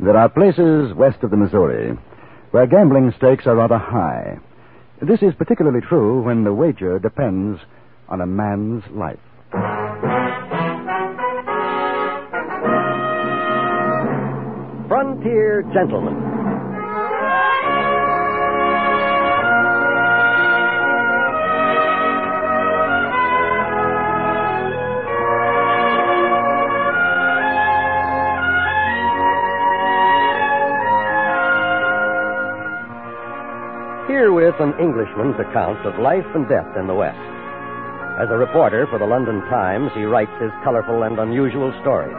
There are places west of the Missouri where gambling stakes are rather high. This is particularly true when the wager depends on a man's life. Frontier Gentleman. Herewith an Englishman's account of life and death in the West. As a reporter for the London Times, he writes his colorful and unusual stories.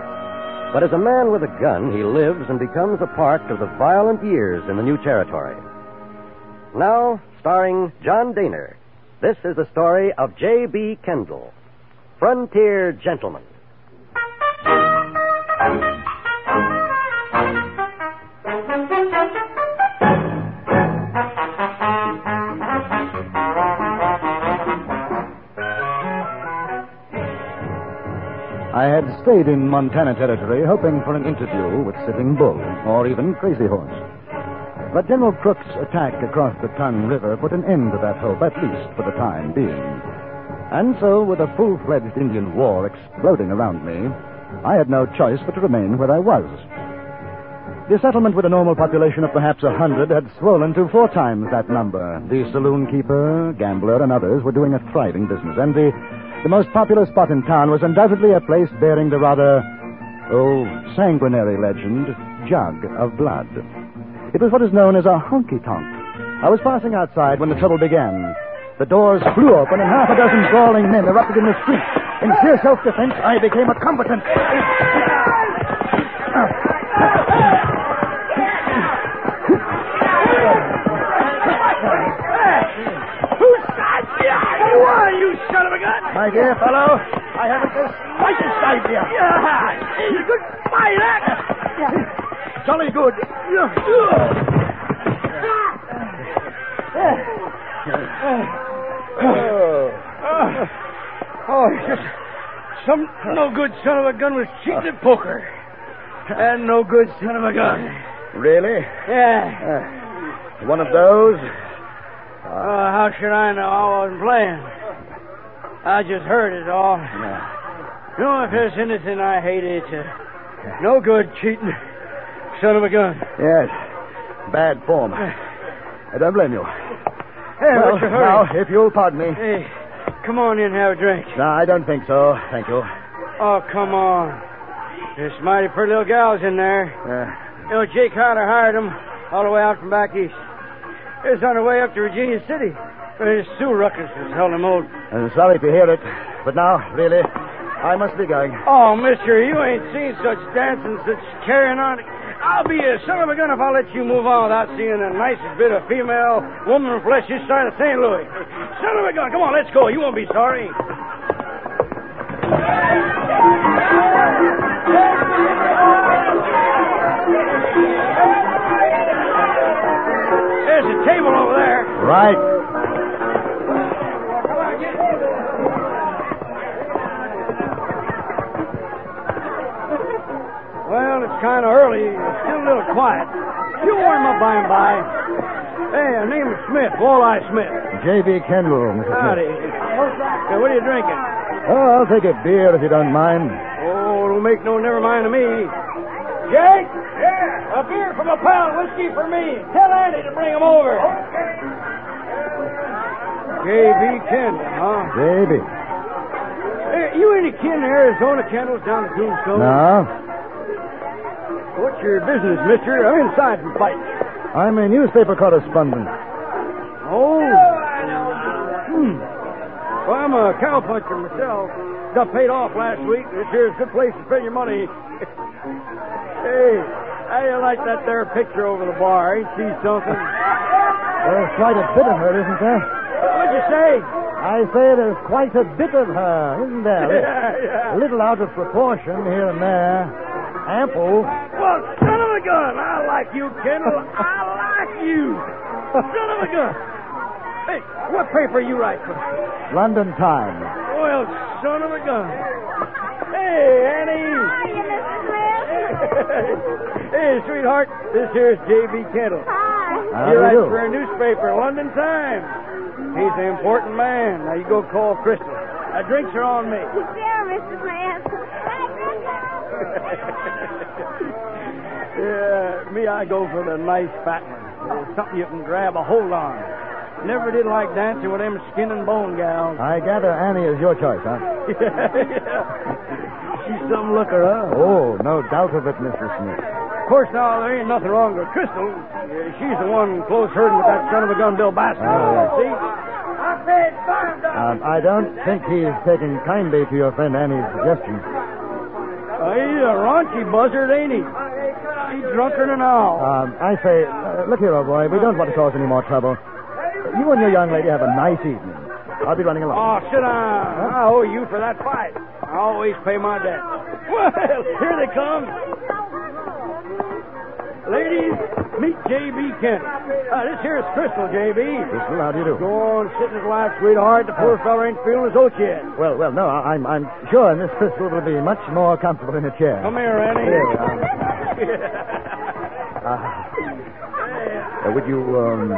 But as a man with a gun, he lives and becomes a part of the violent years in the new territory. Now, starring John Daner, this is the story of J.B. Kendall, Frontier Gentleman. I had stayed in Montana Territory hoping for an interview with Sitting Bull or even Crazy Horse. But General Crook's attack across the Tongue River put an end to that hope, at least for the time being. And so, with a full fledged Indian war exploding around me, I had no choice but to remain where I was. The settlement with a normal population of perhaps a hundred had swollen to four times that number. The saloon keeper, gambler, and others were doing a thriving business, and the the most popular spot in town was undoubtedly a place bearing the rather, oh, sanguinary legend, Jug of Blood. It was what is known as a honky tonk. I was passing outside when the trouble began. The doors flew open and half a dozen brawling men erupted in the street. In sheer self defense, I became a combatant. Who are you, son of a gun? My dear fellow, I haven't the slightest idea. Yeah, he's a good fight, Jolly good. Oh, he's just some no good son of a gun was cheating at poker. And no good son of a gun. Really? Yeah. Uh. One of those? Uh, how should I know? I wasn't playing. I just heard it all. You know, if there's anything I hate, it's a no good cheating son of a gun. Yes. Bad form. I don't blame you. Hey, well, what's your hurry? now, if you'll pardon me. Hey, come on in and have a drink. No, I don't think so. Thank you. Oh, come on. There's mighty pretty little gals in there. Uh, You know, Jake Hunter hired 'em all the way out from back east. It was on the way up to Virginia City. There's Sue Ruckus was held him old. I'm sorry to hear it, but now, really, I must be going. Oh, mister, you ain't seen such dancing, such carrying on. I'll be a son of a gun if I let you move on without seeing the nicest bit of female woman flesh this side of St. Louis. Son of a gun, come on, let's go. You won't be sorry. There's a table over there. Right. Well, it's kind of early. It's still a little quiet. You warm up by and by. Hey, her name is Smith, Walleye Smith. J.B. Kendall, Mrs. Howdy. Smith. Hey, what are you drinking? Oh, I'll take a beer if you don't mind. Oh, it'll make no never mind to me. Jake? Yeah? A beer from a pal, whiskey for me. Tell Andy to bring him over. J.B. Kendall, huh? J.B. Hey, you any kin to Arizona Kendall's down at Oh. Tombstone? Now, What's your business, mister? I'm inside from fighting. I'm a newspaper correspondent. Oh. Hmm. Well, I'm a cowpuncher myself. Got paid off last week. This here's a good place to spend your money. hey, how do you like that there picture over the bar? Ain't she something? There's quite a bit of her, isn't there? What'd you say? I say there's quite a bit of her, isn't there? A yeah, little out of proportion here and there. Ample. Well, son of a gun, I like you, Kendall. I like you. Son of a gun. Hey, what paper you write for? London Times. Well, son of a gun. Hey, Annie. Hiya, Mr. Smith. Hey, sweetheart, this here's J.B. Kendall. Hi. How he do writes you do? for a newspaper, London Times. He's an important man. Now you go call Crystal. Now drinks are on me. There, Mr. Bland. yeah, me, I go for the nice fat one. There's something you can grab a hold on. Never did like dancing with them skin and bone gals. I gather Annie is your choice, huh? She's some looker, huh? Oh, no doubt of it, Mr. Smith. Of course, now, there ain't nothing wrong with Crystal. Uh, She's the one close herding with that son of a gun, Bill Bassett. Oh, See? Um, I don't think he's taking kindly to your friend Annie's suggestion. Uh, he's a raunchy buzzard, ain't he? He's drunker than an owl. Um, I say, uh, look here, old boy, we don't want to cause any more trouble. You and your young lady have a nice evening. I'll be running along. Oh, sit down. I owe you for that fight. I always pay my debt. Well, here they come. Ladies, meet J.B. Kent. Uh, this here's Crystal, J.B. Crystal, how do you Go do? on, sit in his lap, sweetheart. The poor feller ain't feeling his oats yet. Well, well, no, I- I'm, I'm sure Miss Crystal will be much more comfortable in a chair. Come here, Annie. Ah. Uh, would you, um,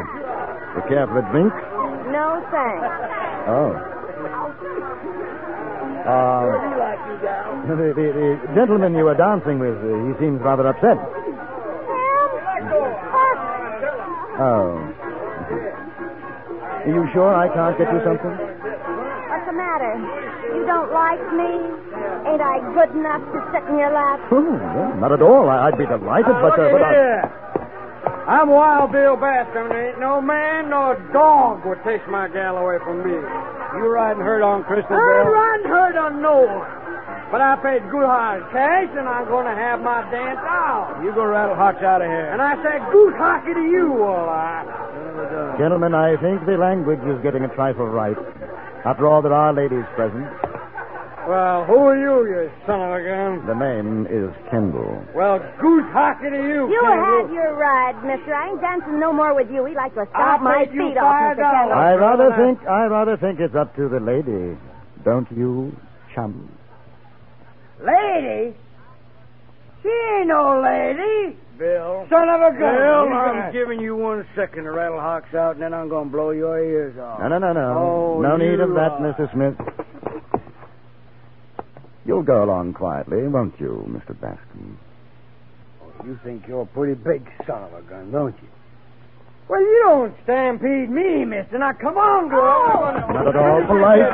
care for a drink? No, thanks. Oh. Uh, the, the, the gentleman you were dancing with, uh, he seems rather upset. Oh. Are you sure I can't get you something? What's the matter? You don't like me? Ain't I good enough to sit in your lap? Oh, well, not at all. I, I'd be delighted, Now, but... look Uh, but I- here. I'm Wild Bill Bascom. There ain't no man nor dog would take my gal away from me. You riding herd on Crystal Bill? riding herd on no But I paid good high cash, and I'm going to have my dance out. You go rattle hotch out of here. And I say goose hockey to you, all right. Gentlemen, I think the language is getting a trifle ripe. After all, there are ladies present. Well, who are you, you son of a gun? The name is Kendall. Well, goose hockey to you. You Kendall. had your ride, mister. I ain't dancing no more with you. He'd like to I'll stop my bet you feet off, five Mr. Kendall. I rather brother. think I rather think it's up to the lady, don't you, chum? Lady? She ain't no lady. Bill. Son of a gun. Bill, I'm giving you one second to rattle hawks out, and then I'm going to blow your ears off. No, no, no, no. Oh, no need of you that, are. Mr. Smith. You'll go along quietly, won't you, Mr. Bascom? You think you're a pretty big son of a gun, don't you? Well, you don't stampede me, mister. Now, come on, girl. Oh! Not at all polite.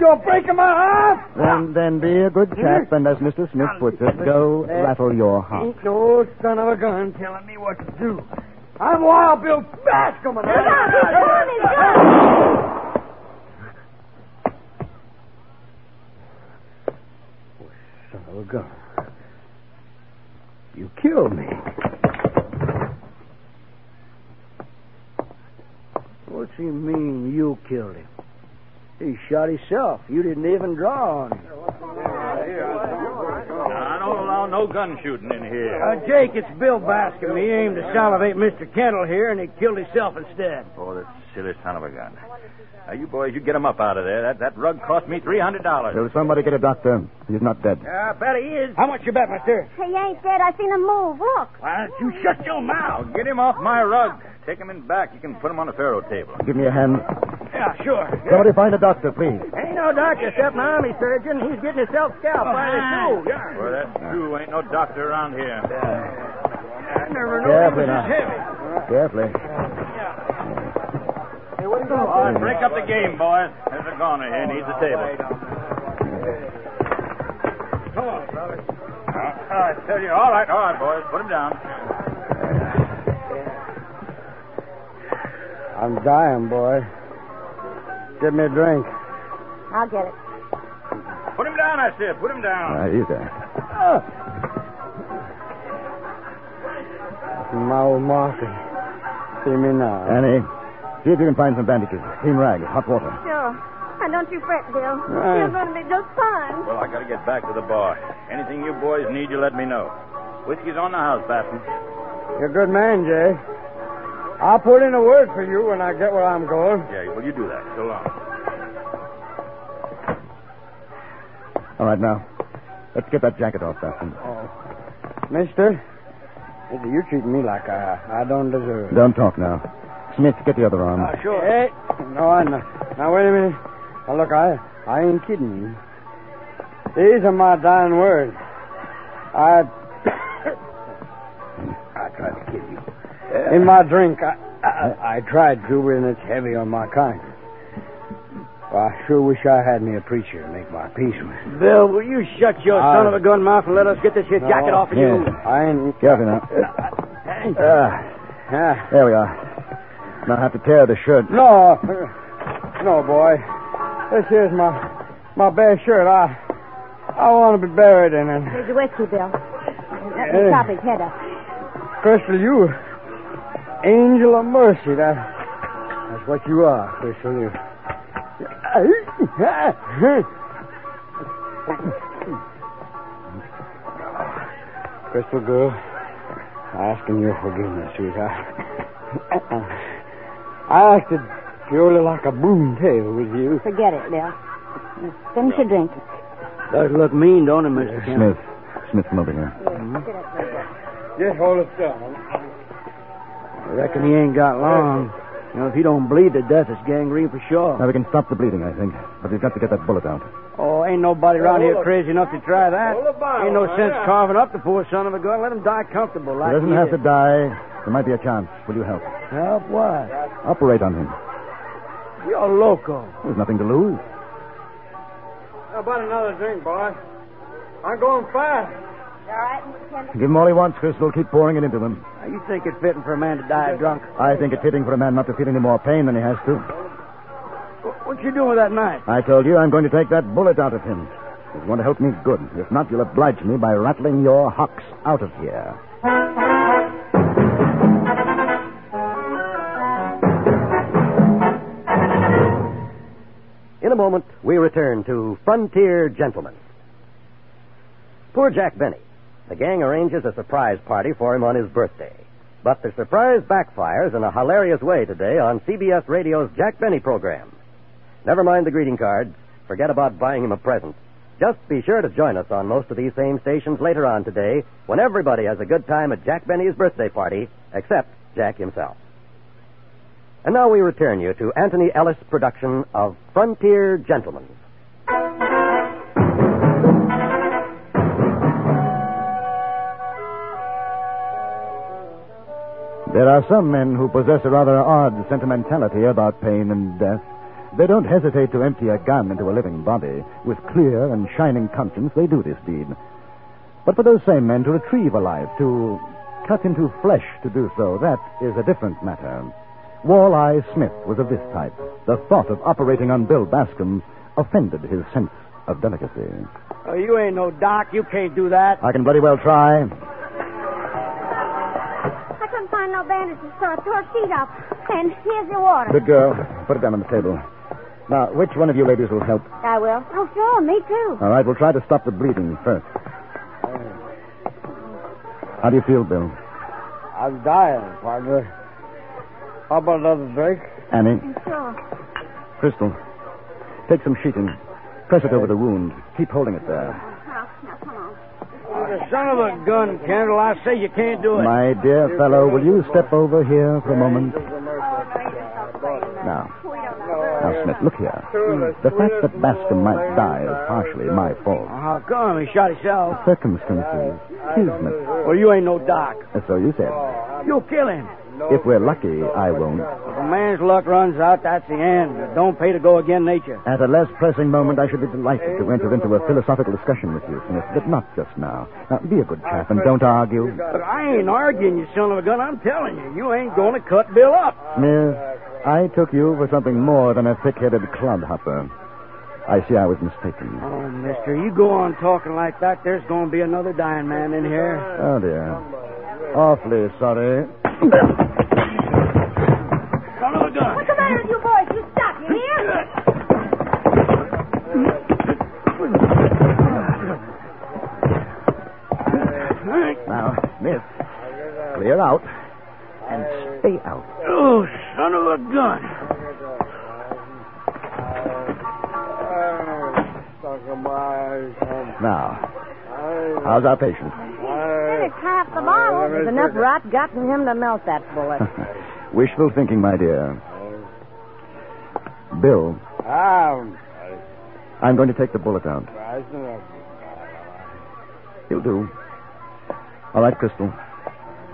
You're breaking my heart. Then, then be a good chap, and as Mr. Smith puts it, go rattle your heart. Ain't no son of a gun telling me what to do. I'm Wild Bill Bascom. and I- Son of a gun. You killed me. What's he mean you killed him? He shot himself. You didn't even draw on him. I don't allow no gun shooting in here. Uh, Jake, it's Bill Bascom. He aimed to salivate Mr. Kendall here, and he killed himself instead. Oh, that silly son of a gun. Now, you boys, you get him up out of there. That, that rug cost me $300. Will somebody get a doctor? He's not dead. I bet he is. How much you bet, mister? He ain't dead. I seen him move. Look. Why don't you shut your mouth? Get him off my rug. Take him in back. You can put him on the faro table. Give me a hand. Yeah, sure. Somebody find a doctor, please. Ain't no doctor except an army surgeon. He's getting himself scalped by the two. Well, that's true. Ain't no doctor around here. I never knew it Carefully was now. this heavy. Carefully. All right, break up the game, boys. There's a goner here needs a table. Come on, brother. Uh, I tell you, all right, all right, boys, put him down. I'm dying, boy. Give me a drink. I'll get it. Put him down, I said. Put him down. Ah, he's there. My old Martha. See me now. Annie, see if you can find some bandages, clean rag, hot water. Sure. And don't you fret, Bill. right. You're going to be just fine. Well, I gotta get back to the bar. Anything you boys need, you let me know. Whiskey's on the house, Baston. You're a good man, Jay. I'll put in a word for you when I get where I'm going. Yeah, well, you do that. So long. All right, now. Let's get that jacket off, Dustin. Mister, you treat me like I, I don't deserve it. Don't talk now. Smith, get the other arm. sure. Hey, no, I know. Now, wait a minute. Now, look, I, I ain't kidding you. These are my dying words. I. I tried to kid you. In my drink, I, I, I tried to, and it's heavy on my conscience. Well, I sure wish I had me a preacher to make my peace with. Bill, will you shut your Uh, son of a gun mouth and let us get this here jacket off of you? yeah. I ain't. Careful now. Ah, Ah. there we are. Now have to tear the shirt. No, no, boy. This here's my my bare shirt. I I want to be buried in it. Here's your whiskey, Bill. Let Hey. me chop his head up. Crystal, you angel of mercy. That that's what you are, Crystal. You. Crystal girl, asking your forgiveness, sweetheart. I acted purely like a boomtail with you. Forget it, Bill. Finish your drink. Does look mean, don't it, Mr. Kent? Smith. Smith, come over here. Just hold it down. I reckon he ain't got long. You know, if he don't bleed to death, it's gangrene for sure. Now we can stop the bleeding, I think. But we've got to get that bullet out. Oh, ain't nobody around here crazy enough to try that. Hold the bottle, Ain't no huh? sense carving up the poor son of a gun. Let him die comfortable He like doesn't he have to did. die. There might be a chance. Will you help? Help what? Operate on him. You're loco. There's nothing to lose. How about another drink, boy? I'm going fast. All right, Mr. Kendall? Give him all he wants, Crystal. Keep pouring it into him. Now, you think it's fitting for a man to die drunk? I think it's fitting for a man not to feel any more pain than he has to. Wh- What you doing with that knife? I told you I'm going to take that bullet out of him. If you want to help me, good. If not, you'll oblige me by rattling your hocks out of here. In a moment, we return to Frontier Gentlemen. Poor Jack Benny. The gang arranges a surprise party for him on his birthday. But the surprise backfires in a hilarious way today on CBS Radio's Jack Benny program. Never mind the greeting card. Forget about buying him a present. Just be sure to join us on most of these same stations later on today when everybody has a good time at Jack Benny's birthday party, except Jack himself. And now we return you to Anthony Ellis' production of Frontier Gentlemen. There are some men who possess a rather odd sentimentality about pain and death. They don't hesitate to empty a gun into a living body. With clear and shining conscience, they do this deed. But for those same men to retrieve a life, to cut into flesh to do so, that is a different matter. Walleye Smith was of this type. The thought of operating on Bill Bascom offended his sense of delicacy. Oh, you ain't no doc. You can't do that. I can bloody well try. I couldn't find no bandages, so I tore feet up. And here's your water. Good girl. Put it down on the table. Now, which one of you ladies will help? I will. Oh, sure, me too. All right, we'll try to stop the bleeding first. How do you feel, Bill? I'm dying, partner. How about another drink? Annie? Sure. Crystal? Take some sheeting. Press it over the wound. Keep holding it there. Now, now, come on. The Uh, son of a gun, Kendall. I say you can't do it. My dear fellow, will you step over here for a moment? Oh, no, you just don't play, you know. Now, We don't now, know. Smith, look here. The fact that Bascom might die is partially my fault. How Uh-huh. come he shot himself? Circumstances. Excuse me. Uh, Well, you ain't no doc. So you said. You'll kill him. If we're lucky, I won't. If a man's luck runs out, that's the end. Don't pay to go again nature. At a less pressing moment, I should be delighted to enter into a philosophical discussion with you, Smith, but not just now. Now, be a good chap and don't argue. But I ain't arguing, you son of a gun. I'm telling you, you ain't going to cut Bill up. Miss, I took you for something more than a thick-headed clodhopper. I see I was mistaken. Oh, mister, you go on talking like that, there's going to be another dying man in here. Oh, dear. Awfully sorry. Son of a gun. What's the matter with you boys? You stop, you hear? Now, miss, clear out and stay out. Oh, son of a gun. Suck my Now, How's our patient? Finished half the bottle. There's enough rot got in him to melt that bullet. Wishful thinking, my dear. Bill, Um, I'm going to take the bullet out. I said, He'll do. All right, Crystal.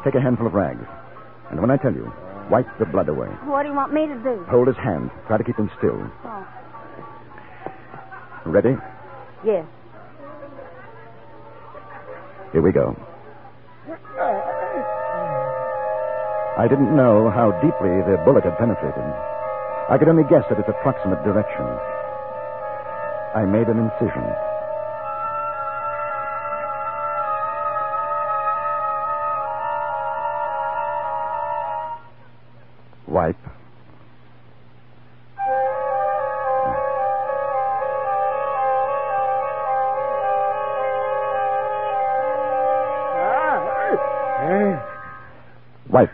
Take a handful of rags. And when I tell you, wipe the blood away. What do you want me to do? Hold his hand. Try to keep him still. Oh, Ready? yes. Here we go. I didn't know how deeply the bullet had penetrated. I could only guess at its approximate direction. I made an incision. Wipe. Wipe.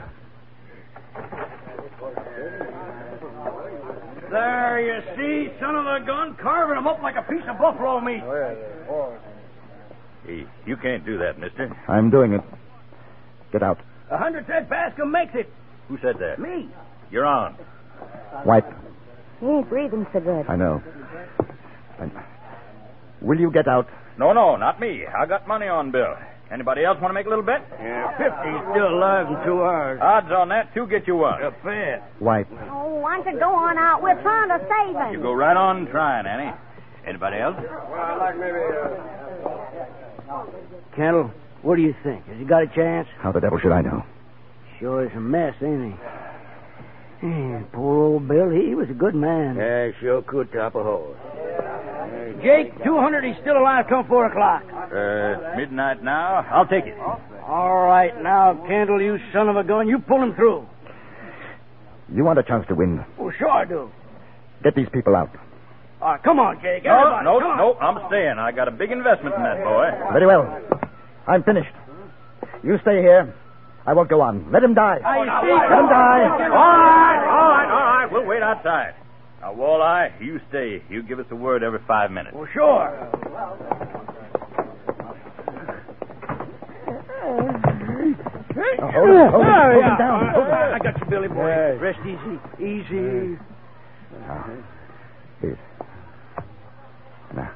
There, you see, son of a gun, carving him up like a piece of buffalo meat. Hey, you can't do that, mister. I'm doing it. Get out. A hundred cent basket makes it. Who said that? Me. You're on. Wipe. He ain't breathing so good. I know. I... Will you get out? No, no, not me. I got money on Bill. Anybody else want to make a little bet? Yeah, fifty's still alive in two hours. Odds on that, two get you one. A bet. Wipe. Oh, why don't you go on out? We're trying to save him. You go right on trying, Annie. Anybody else? Well, like maybe. Uh... Kendall, what do you think? Has he got a chance? How the devil should I know? Sure is a mess, ain't he? Eh, poor old Bill, he was a good man. Yeah, sure could top a hole. Jake, 200, he's still alive come 4 o'clock. Uh, midnight now. I'll take it. All right, now, Kendall, you son of a gun, you pull him through. You want a chance to win. Well, sure I do. Get these people out. All right, come on, Jake. No, Everybody, no, come on. no, I'm staying. I got a big investment in that boy. Very well. I'm finished. You stay here. I won't go on. Let him die. I see. Let him All die. right, all right, all right. We'll wait outside. Now, Walleye, you stay. You give us a word every five minutes. Well, sure. Oh, hold him, hold him, hold There him you are. down. Hold him. I got you, Billy boy. Rest easy. Easy. Ah. Here. No.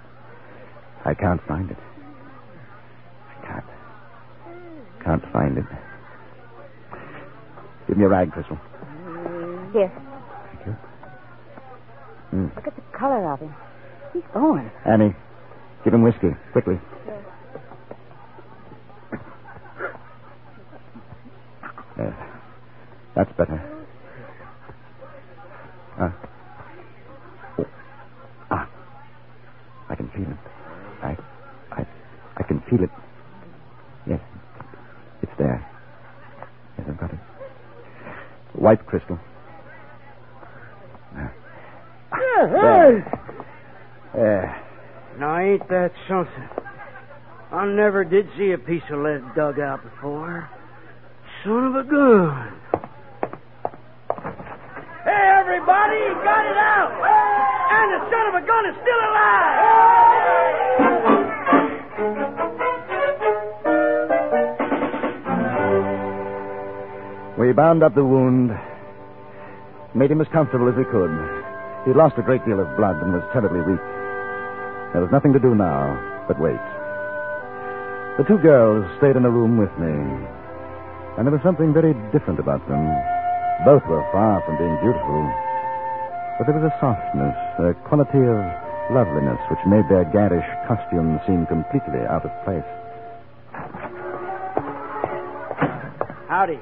I can't find it. I can't. Can't find it. Give me a rag, Crystal. Here, Thank you. Mm. look at the color of him. He's going. Annie, give him whiskey, quickly. Yes. That's better. Ah. Oh. Ah. I can feel it. I, I, I can feel it. Yes. It's there. Yes, I've got it. White crystal. Ah. There. There. Now, ain't that something? I never did see a piece of lead dug out before. Son of a gun. Hey, everybody, he got it out! And the son of a gun is still alive! We bound up the wound, made him as comfortable as we could. He'd lost a great deal of blood and was terribly weak. There was nothing to do now but wait. The two girls stayed in a room with me, and there was something very different about them. Both were far from being beautiful, but there was a softness, a quality of loveliness which made their garish costumes seem completely out of place. Howdy.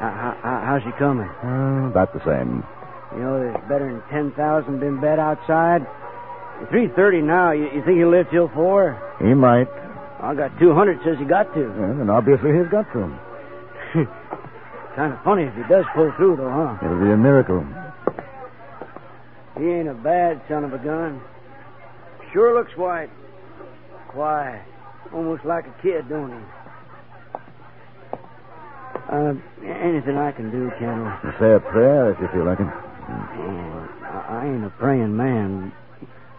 Uh, how's he coming? Oh, about the same. You know, there's better than 10,000 been bet outside. 3.30 now. You, you think he'll live till 4? He might, I got 200 says he got to. and obviously he's got to. kind of funny if he does pull through, though, huh? It'll be a miracle. He ain't a bad son of a gun. Sure looks white. Quiet. Almost like a kid, don't he? Uh, anything I can do, Kendall. Say a prayer if you feel like it. Uh, Man, I, I ain't a praying man,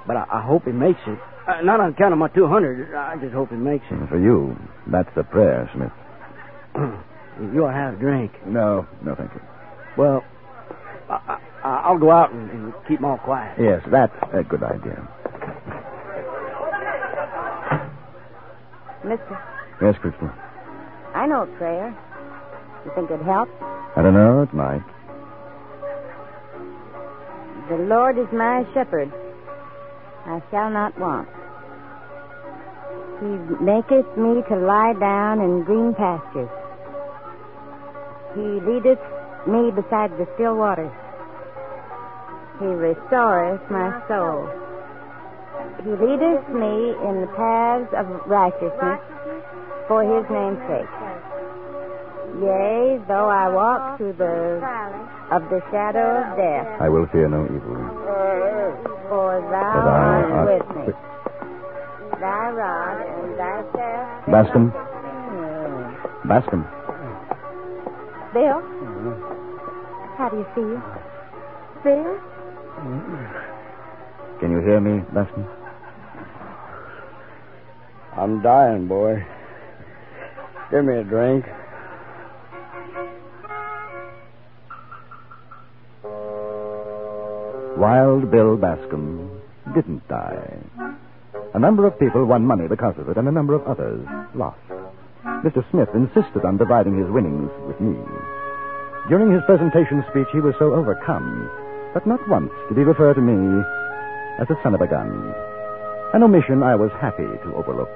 but I, I hope he makes it. Uh, not on account of my 200. I just hope it makes it. Mm. For you, that's the prayer, Smith. You'll have a drink. No, no, thank you. Well, I, I, I'll go out and, and keep them all quiet. Yes, that's a good idea. Mister, Yes, Crystal. I know a prayer. You think it helps? I don't know, it might. The Lord is my shepherd. I shall not want. He maketh me to lie down in green pastures. He leadeth me beside the still waters. He restoreth my soul. He leadeth me in the paths of righteousness for his name's sake. Yea, Oh, though I walk through the of the shadow of death, I will fear no evil. for thou For thou art art with me. with- Thy rod and thy staff. Bascom? Bascom. Bill? How do you feel? Bill? Can you hear me, Bascom? I'm dying, boy. Give me a drink. Wild Bill Bascom didn't die. A number of people won money because of it, and a number of others lost. Mr. Smith insisted on dividing his winnings with me. During his presentation speech, he was so overcome, but not once did he refer to me as a son of a gun. An omission I was happy to overlook.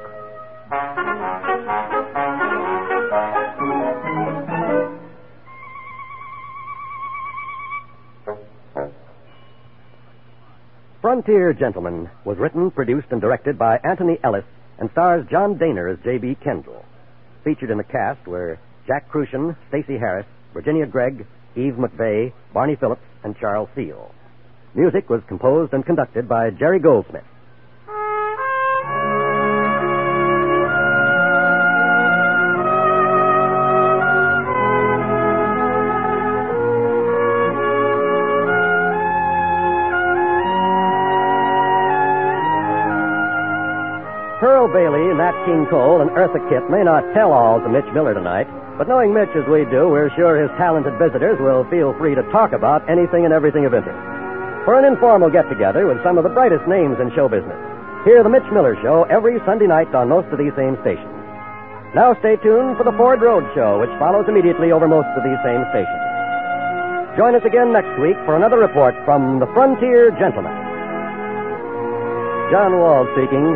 Frontier Gentleman was written, produced, and directed by Anthony Ellis and stars John Daner as J.B. Kendall. Featured in the cast were Jack Crucian, Stacey Harris, Virginia Gregg, Eve McVeigh, Barney Phillips, and Charles Seal. Music was composed and conducted by Jerry Goldsmith. Pearl Bailey, Nat King Cole, and Eartha Kitt may not tell all to Mitch Miller tonight, but knowing Mitch as we do, we're sure his talented visitors will feel free to talk about anything and everything of interest. For an informal get together with some of the brightest names in show business, hear The Mitch Miller Show every Sunday night on most of these same stations. Now stay tuned for the Ford Road Show, which follows immediately over most of these same stations. Join us again next week for another report from the Frontier Gentleman. John Wall speaking.